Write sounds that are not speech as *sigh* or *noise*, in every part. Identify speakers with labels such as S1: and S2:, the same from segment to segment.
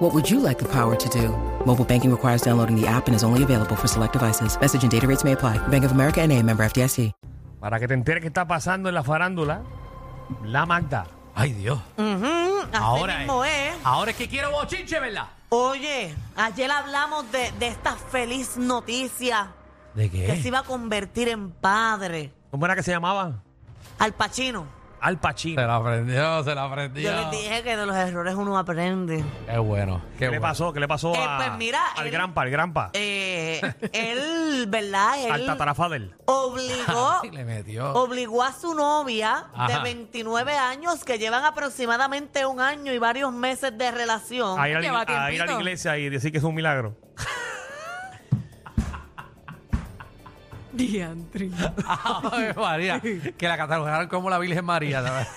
S1: What would you like the power to do? Mobile banking requires downloading the app and is only available for select devices. Message and data rates may apply. Bank of America and a member FDIC.
S2: Para que te enteres qué está pasando en la farándula, la Magda. Ay, Dios.
S3: Así mismo es.
S2: ahora es que quiero bochinche, ¿verdad?
S3: Oye, ayer hablamos de, de esta feliz noticia
S2: ¿De
S3: que se
S2: qué?
S3: iba a convertir en padre
S2: ¿Cómo era que se llamaba?
S3: al Pachino.
S2: Al Pacino.
S4: Se la aprendió, se la
S3: Yo
S4: aprendió.
S3: les dije que de los errores uno aprende.
S4: Qué bueno. Qué,
S2: ¿Qué le
S4: bueno.
S2: pasó? ¿Qué le pasó
S3: Eh,
S2: a-
S3: pues mira,
S2: al
S3: él-
S2: granpa, al granpa?
S3: Eh, él, ¿verdad?
S2: al
S3: Él
S2: tatarafadel.
S4: *laughs*
S3: obligó,
S4: Le metió.
S3: obligó a su novia de
S4: Ajá.
S3: 29 años, que llevan aproximadamente un año y varios meses de relación.
S2: A ir, a, la-
S5: lleva
S2: a ir a la
S5: tiempito.
S2: iglesia y decir que es un milagro.
S5: Diantri.
S4: Ay, María. Que la catalogaron como la Virgen María. ¿sabes?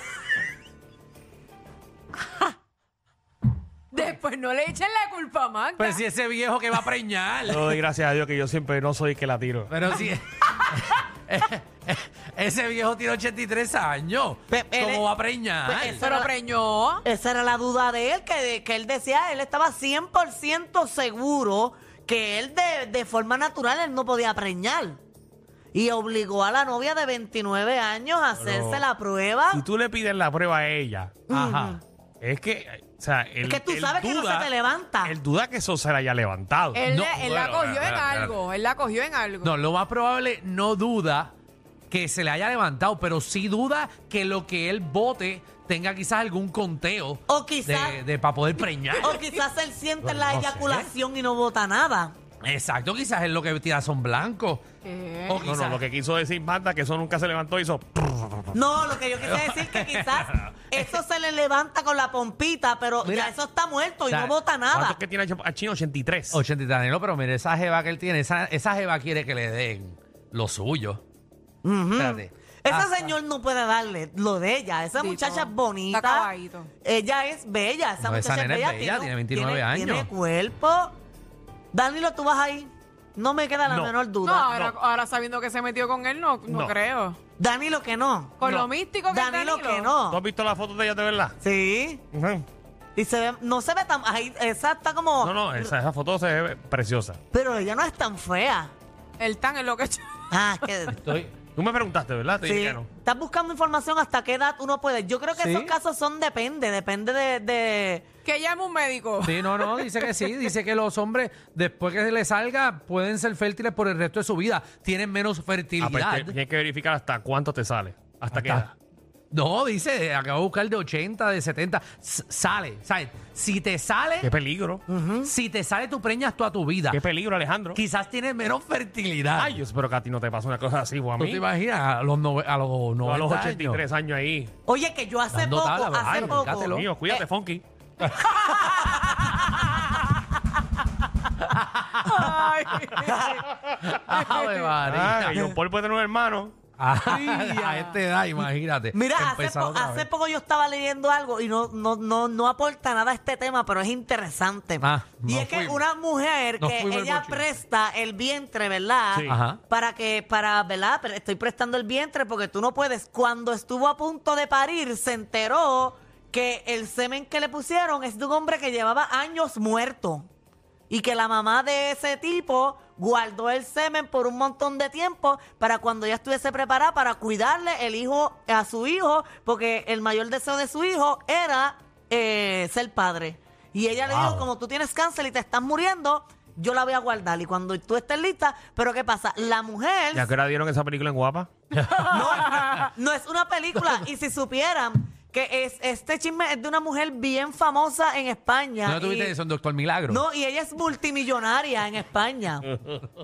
S5: Después no le echen la culpa a Magda.
S4: Pero si ese viejo que va a preñar.
S2: Yo doy gracias a Dios que yo siempre no soy el que la tiro.
S4: Pero si. *laughs* ese viejo tiene 83 años.
S3: Pe- pero-
S4: ¿Cómo va a preñar?
S3: Pe- Pues, eso-
S5: Pero preñó.
S3: Esa era la duda de él, que, de- que él decía, él estaba 100% seguro que él de, de forma natural él no podía preñar. Y obligó a la novia de 29 años a hacerse la prueba.
S2: Si tú le pides la prueba a ella,
S4: Ajá.
S2: es que, eh, o sea, el,
S3: que tú
S2: el
S3: sabes que no se te levanta. Eh,
S2: El duda que eso se la haya levantado.
S5: Él,
S4: No,
S5: él la
S4: bueno,
S5: cogió en
S4: espérate, espérate.
S5: algo. Él la cogió en algo.
S4: No, lo más probable no duda que se le haya levantado, pero sí duda que lo que él vote tenga quizás algún conteo
S3: O quizás-
S4: de, de- para poder preñar.
S3: O quizás él siente
S4: No,
S3: la
S4: no sé.
S3: eyaculación y no bota nada.
S4: Exacto, quizás es lo que tira son blancos.
S5: ¿Qué?
S4: O
S2: No,
S4: quizás-
S2: no, lo que quiso decir Magda, que eso nunca se levantó, hizo...
S3: No, lo que yo quise decir que quizás eso se le levanta con la pompita, pero
S4: Mira,
S3: ya eso está muerto y
S4: o sea,
S3: no bota nada.
S2: ¿Cuántos que tiene a Chino? 83.
S4: 80 y tantos, no, pero mire, esa jeva que él tiene, esa, esa jeva quiere que le den lo suyo.
S3: Mm.
S4: Espérate. Ah,
S3: Ese
S4: Hasta-
S3: señor no puede darle lo de ella. Esa
S5: Sí,
S3: muchacha
S5: no.
S3: es bonita.
S5: Está acabadito.
S3: Ella es bella. Esa
S4: No, esa
S3: muchacha
S4: nena
S3: es
S4: es
S3: bella.
S4: bella, tiene 29 años.
S3: Tiene cuerpo. Danilo, tú vas ahí. No me queda la
S2: No.
S3: menor
S5: No,
S3: duda.
S5: ahora, ahora sabiendo que se metió con él, no, no,
S2: No.
S5: creo.
S3: Danilo que no.
S5: Con
S2: No.
S5: lo místico que
S3: Danilo
S5: es
S3: que
S2: ¿Tú
S3: no.
S2: has visto las fotos de ella de verdad?
S3: Sí.
S2: Ujú.
S3: Y se ve, no se ve tan. Ahí, esa está como.
S2: No, no, esa, esa foto se ve preciosa.
S3: Pero ella no es tan fea.
S5: El tan es lo que...
S3: Ah,
S4: *laughs*
S3: que.
S4: Estoy-
S2: Tú me preguntaste, ¿verdad? Te
S3: Sí.
S2: dije que no. Ah,
S3: Estás buscando información hasta qué edad uno puede. Yo creo que
S4: Sí.
S3: esos casos son depende, depende de- de
S5: *laughs* que llame un médico.
S4: Sí, no, no, dice que sí, dice que los hombres después que se les salga pueden ser fértiles por el resto de su vida, tienen menos
S2: Ah, pues,
S4: fertilidad.
S2: te- tienes que verificar hasta cuánto te sale. Hasta, qué edad.
S4: Hasta- No, dice, acabo de buscar de 80, de 70, s- sale, ¿sabes? Si te sale,
S2: Qué peligro.
S4: si te sale tu preñas toda tu vida,
S2: Qué peligro, Alejandro.
S4: quizás tienes menos fertilidad.
S2: Ay, yo espero que a ti no te pase una cosa así, o a
S4: ¿Tú
S2: mí.
S4: te imaginas a los, nove- a los
S2: O
S4: 90
S2: a los
S4: años?
S2: 83 años ahí.
S3: Oye, que yo hace
S4: Dando
S3: poco,
S4: tabla,
S3: hace
S4: Brian,
S3: poco,
S4: cátelo.
S2: Mío, cuídate, Funky.
S5: *laughs*
S4: *laughs*
S5: Ay.
S4: *laughs* Ave María.
S2: Ah, y
S4: *laughs*
S2: John Paul puede tener un hermano.
S4: Ah, a esta edad, imagínate.
S3: Mira, hace,
S4: Empezar
S3: po-
S4: otra
S3: hace
S4: vez.
S3: poco yo estaba leyendo algo y no, no, no, no aporta nada a este tema, pero es interesante.
S4: Ah,
S3: y
S4: no
S3: es que
S4: fuimos.
S3: una mujer
S4: No
S3: que
S4: fuimos al
S3: ella
S4: bochinche.
S3: presta el vientre, ¿verdad?
S2: Sí.
S4: Ajá.
S3: Para que, para, ¿verdad? Pero estoy prestando el vientre porque tú no puedes. Cuando estuvo a punto de parir, se enteró que el semen que le pusieron es de un hombre que llevaba años muerto. Y que la mamá de ese tipo guardó el semen por un montón de tiempo para cuando ya estuviese preparada para cuidarle el hijo a su hijo, porque el mayor deseo de su hijo era eh, ser padre. Y ella le dijo,
S4: Wow.
S3: como tú tienes cáncer y te estás muriendo, yo la voy a guardar. Y cuando tú estés lista, pero ¿qué pasa? La mujer...
S2: ¿Ya que hora dieron esa película en Guapa?
S3: *laughs* No, no es una película. Y si supieran que es, este chisme es de una mujer bien famosa en España.
S4: ¿No tuviste
S3: y-
S4: eso en Doctor Milagro?
S3: No, y ella es multimillonaria
S4: *laughs*
S3: en España.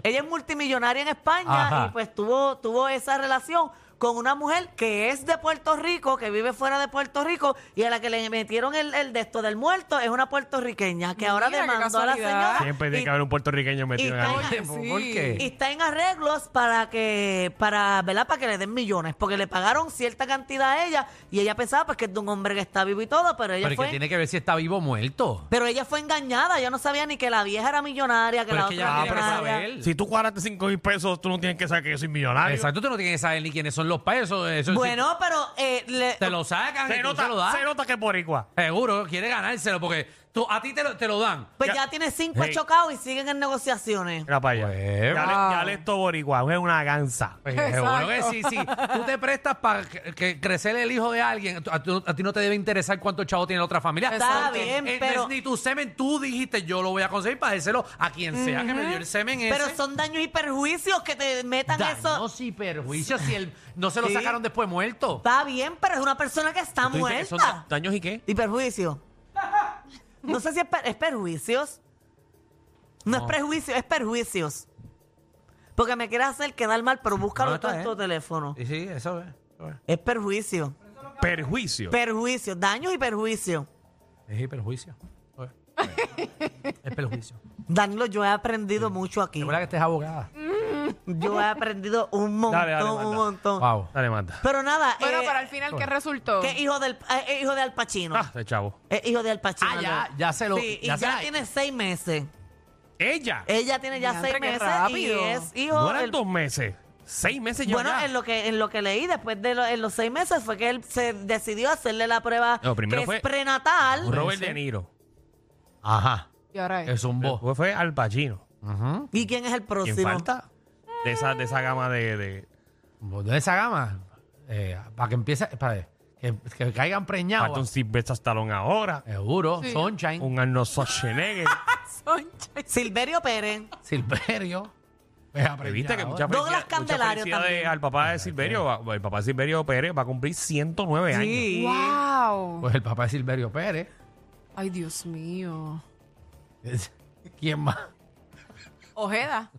S3: ella es multimillonaria en España
S4: Ajá.
S3: y pues tuvo, tuvo esa relación con una mujer que es de Puerto Rico, que vive fuera de Puerto Rico y a la que le metieron el, el de esto del muerto es una puertorriqueña que ahora
S5: Mira, qué
S3: demandó a la
S5: casualidad.
S3: señora.
S4: pues,
S2: Siempre tiene
S3: Ah, y-
S2: que haber un puertorriqueño metido en
S3: y-
S2: algo.
S5: Oye,
S4: ¿por
S5: sí.
S4: qué?
S3: y está en arreglos para que para ¿verdad? para que le den millones porque le pagaron cierta cantidad a ella y ella pensaba pues que es de un hombre que está vivo y todo pero ella
S4: Pero es
S3: fue
S4: que tiene que ver si está vivo o muerto.
S3: pero ella fue engañada ella no sabía ni que la vieja era millonaria
S4: Ah,
S3: que
S4: Pero
S3: la
S4: es que
S3: otra
S4: ella no
S3: era
S4: tiene que
S3: millonaria.
S4: saber.
S2: Si tú cuadraste 5 mil pesos, tú no tienes que saber que yo soy millonario.
S4: Exacto, tú no tienes que saber ni quiénes son los pesos. Eso sí,
S3: bueno pero eh, le-
S4: te lo sacan, y
S2: Se
S4: tú se lo
S2: nota,
S4: das.
S2: se nota que es boricua.
S4: Seguro, quiere ganárselo porque tú, a ti te lo, te lo dan.
S3: pues
S2: ya-
S3: ya, tiene cinco
S2: Hey.
S3: chocados y siguen en negociaciones
S2: Mira para allá.
S4: Pues,
S2: ya, le, ya le esto boricua, es una ganza.
S4: Pues, Seguro que
S5: Exacto.
S4: sí, sí. Tú te prestas para que, que crecer el hijo de alguien. tú- A, tú- a ti no te debe interesar cuánto chavo tiene la otra familia.
S3: está
S5: Exacto.
S3: bien
S4: Eh, no es
S3: pero
S4: ni tu semen, tú dijiste yo lo voy a conseguir para dárselo a quien sea que me dio el semen ese.
S3: pero son daños y perjuicios que te metan eso
S4: Daños y perjuicios si él no se lo
S3: Sí.
S4: sacaron después muerto.
S3: está bien pero es una persona que está
S4: Tú dices que
S3: muerta
S4: son daños y qué?
S3: ¿Y perjuicio? No sé si es, per- es perjuicios. No, es prejuicio, es perjuicios. Porque me quieres hacer quedar mal, pero búscalo
S4: No, está
S3: tú en tu
S4: bien.
S3: teléfono.
S4: Sí, sí, eso es. eso es.
S3: Es perjuicio.
S2: Perjuicio.
S3: Perjuicio. Daños y perjuicio.
S4: Es perjuicio. Eso Es Es perjuicio.
S3: Danilo, yo he
S4: Mm.
S3: aprendido mucho aquí.
S4: Recuerda que estés abogada.
S3: Yo he aprendido un montón,
S2: Dale, dale,
S3: un
S2: manda.
S3: montón.
S4: Wow.
S2: Dale, manda.
S3: Pero nada,
S5: Bueno,
S3: eh,
S5: pero al final, ¿qué resultó?
S3: que hijo del eh, eh, hijo de Al Pacino.
S2: Ah, ese chavo.
S3: Es hijo de Al Pacino.
S4: Ah, ya,
S3: ¿no?
S4: ya se lo-
S3: Sí, y
S4: ya
S3: ya,
S4: se la-
S3: tiene seis meses.
S2: Ella.
S3: Ella tiene ya
S5: Diantre,
S3: seis
S5: qué
S3: meses y
S5: rápido.
S3: es hijo
S2: No eran
S3: del-
S2: dos meses. Seis meses ya.
S3: Bueno,
S2: ya.
S3: en lo que en lo que leí después de lo- en los seis meses fue que él se decidió hacerle la prueba
S2: No, primero
S3: que
S2: fue-
S3: es prenatal
S2: Robert De Niro.
S4: Ajá.
S5: Y ahora es.
S4: Es un bo.
S2: Después fue Al Pacino.
S3: y quién es el
S2: ¿Quién
S3: próximo.
S2: falta? De esa, de esa gama de, de-
S4: Bo De esa gama. eh, para que empiece. Para que, que caigan
S3: Ah,
S2: Falta un
S4: preñados.
S2: Sylvester Stallone ahora.
S4: Seguro.
S5: Sí.
S4: Sunshine.
S2: Un Arnold
S3: *laughs*
S2: Schwarzenegger.
S5: Soncha.
S3: Silverio Pérez.
S4: Silverio. pues, Vea,
S2: Pero viste que mucha
S4: ahora.
S3: Douglas
S2: felicidad-
S3: Candelario
S2: mucha felicidad
S3: también.
S2: al papá de Silverio. va- El papá de Silverio Pérez va a cumplir 109 años.
S3: Sí.
S5: ¡Wow!
S4: Pues el papá de Silverio Pérez. *laughs*
S5: Ay, Dios mío.
S4: Es- ¿Quién más?
S5: Ojeda.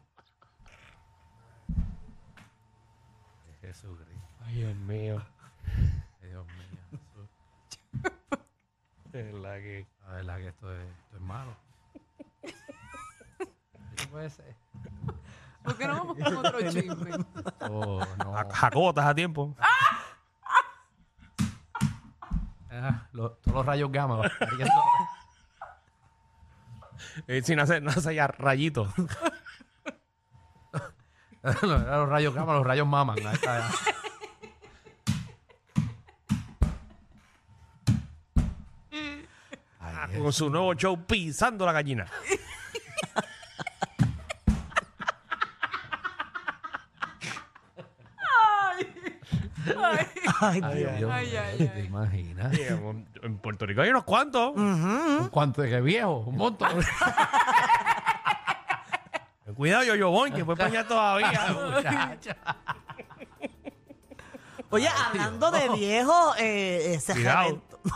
S2: Ay, Dios mío. Es la que-
S4: La verdad que esto es, esto es malo. ¿Qué puede ser?
S5: ¿Por qué no vamos con
S4: *laughs*
S5: otro chisme?
S4: Oh, no.
S2: Ja- Jacobo, ¿estás a tiempo?
S4: Ah, lo- todos los rayos gamma. va cayendo.
S2: Eh, sin hacer, no hace ya rayitos.
S4: *laughs* los, los rayos gamma, los rayos maman. Ahí está, ya. Ay,
S2: Con su nuevo show pisando la gallina.
S3: Ay,
S4: Dios, mío,
S5: ay, ay,
S4: ¿Te imaginas?
S2: En Puerto Rico hay unos cuantos.
S4: ¿Cuánto de que viejo? Un
S5: *laughs*
S4: montón.
S2: Cuidado, yo, yo, que puede peñar todavía.
S4: *laughs* Muchacha.
S3: Oye, hablando de viejo, eh, ese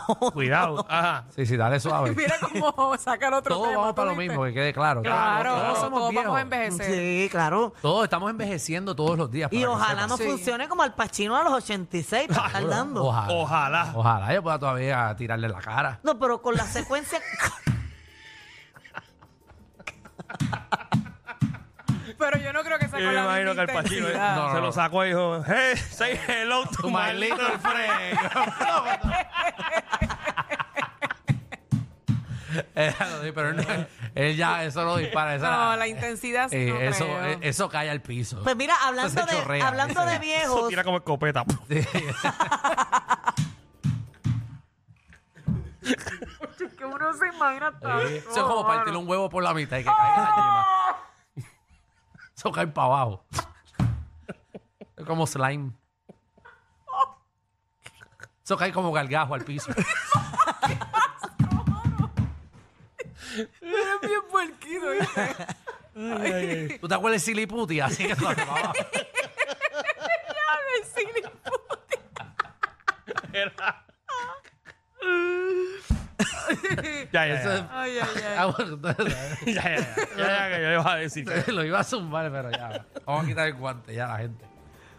S2: Oh. Cuidado.
S3: reventó- *laughs*
S2: Cuidado. Ajá.
S4: sí, sí, dale suave.
S5: Mira cómo saca el otro
S4: Todos
S5: tema,
S4: vamos
S5: ¿tú
S4: para lo
S5: viste?
S4: mismo, que quede claro.
S5: Claro,
S4: Todos somos
S5: todos
S4: viejos.
S5: vamos a envejecer.
S3: Sí, claro.
S4: Todos estamos envejeciendo todos los días. para
S3: Y
S4: que
S3: ojalá
S4: sepan.
S3: no
S5: Sí.
S3: funcione como Al Pacino a
S4: *laughs*
S3: los 86, está tardando.
S4: Ojalá.
S2: Ojalá.
S4: Ojalá yo pueda todavía tirarle en la cara.
S3: No, pero con la secuencia *laughs*
S5: Pero yo no creo que saca
S2: Yo me
S5: la
S2: imagino que
S5: misma
S2: el Pachino
S5: intensidad.
S4: No, no,
S2: se
S4: no.
S2: lo sacó y dijo, hey, say hello to my little
S4: *laughs* Eh, lo di- pero él, él ya eso lo dispara. Esa,
S5: No, la intensidad sí,
S4: eh,
S5: no
S4: eso,
S5: creo.
S4: eh, eso cae al piso.
S3: Pues mira, hablando
S4: Eso se
S3: de
S4: chorrea,
S3: hablando
S4: eso.
S3: de
S2: Eso
S3: viejos,
S2: tira como escopeta. *laughs*
S5: Que uno se imagina tanto.
S4: Eh, eso es como partir un huevo por la mitad y que caiga
S5: Oh.
S4: la yema. Eso cae para abajo. Es como slime. Eso cae como gargajo al piso.
S5: Eres bien ¿eh? puerquido, *laughs* ¿viste?
S4: ¿Tú te acuerdas de Siliputi? Así que para abajo.
S5: *laughs* Ay, sí, ni puta.
S2: Ya, ya,
S4: Eso es-
S2: ya.
S5: Ay, ay, ay.
S4: Ah, bueno, entonces- *laughs*
S2: Ya, ya, ya. Ya, ya, que yo iba a decir.
S4: Lo iba a zumbar, pero ya. Vamos a quitar el guante ya a la gente.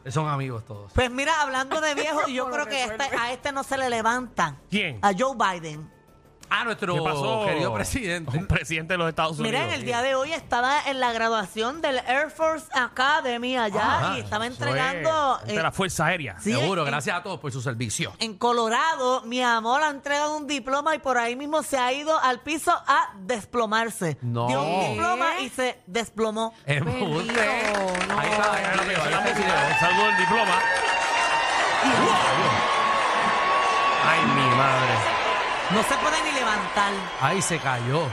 S4: Son amigos todos.
S3: Pues mira, hablando de
S5: *laughs*
S3: viejo, yo
S5: ¿Cómo
S3: creo
S5: lo
S3: que este-
S5: resuelve?
S3: a este no se le levantan.
S2: ¿Quién?
S3: A Joe Biden.
S4: Ah, nuestro
S2: ¿Qué pasó?
S4: querido presidente.
S2: Un presidente de los Estados Unidos.
S3: Mira, en el día de hoy estaba en la graduación del Air Force Academy allá
S4: Ajá,
S3: y estaba
S2: Eso es,
S3: entregando.
S2: gente
S3: eh,
S2: de la Fuerza Aérea.
S3: sí,
S4: Seguro,
S3: en-
S4: gracias a todos por su servicio.
S3: En Colorado, mi amor, ha entregado un diploma y por ahí mismo se ha ido al piso a desplomarse.
S4: No.
S3: Dio un diploma
S5: ¿Qué?
S3: y se desplomó.
S4: Embuste.
S5: Bendito, no.
S4: Ahí está, ahí está, ahí está, ahí está el video.
S2: Saludo el diploma. Ay, mi madre.
S3: No se puede ni levantar.
S4: Ahí se cayó.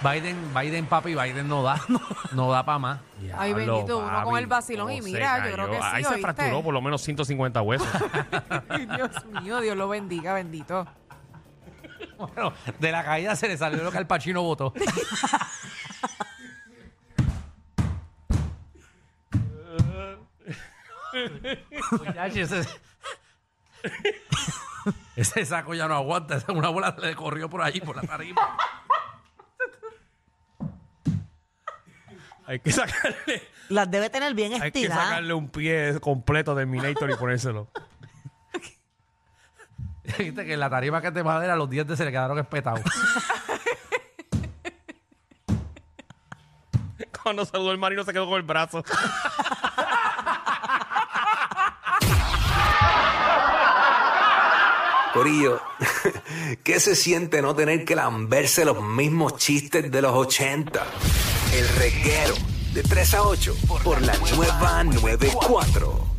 S4: Biden, Biden, papi, Biden no da, *laughs* no, da para más.
S5: Ay,
S2: Diablo,
S5: bendito, uno con
S2: papi,
S5: el vacilón y
S2: cómo se
S5: mira, yo
S2: cayó.
S5: creo que sí,
S2: Ahí se
S5: ¿oíste?
S2: fracturó por lo menos 150 huesos.
S5: Ay, Dios mío, Dios lo bendiga, bendito.
S4: Bueno, de la caída se le salió lo que al Pachino votó. Pues Muchacho, ese, ese saco ya no aguanta. esa- Una bola se le corrió por allí, por la tarima.
S2: *laughs* Hay que sacarle,
S3: Las debe tener bien
S2: hay que
S3: estiradas.
S2: sacarle un pie completo de Minator y ponérselo.
S4: Viste que en la tarima que es de madera los dientes se le quedaron espetados.
S2: *laughs* Cuando saludó el marino se quedó con el brazo.
S6: Corillo, *laughs* ¿qué se siente no tener que lamberse los mismos chistes de los 80? El reguero de 3 a 8 por la nueva 94.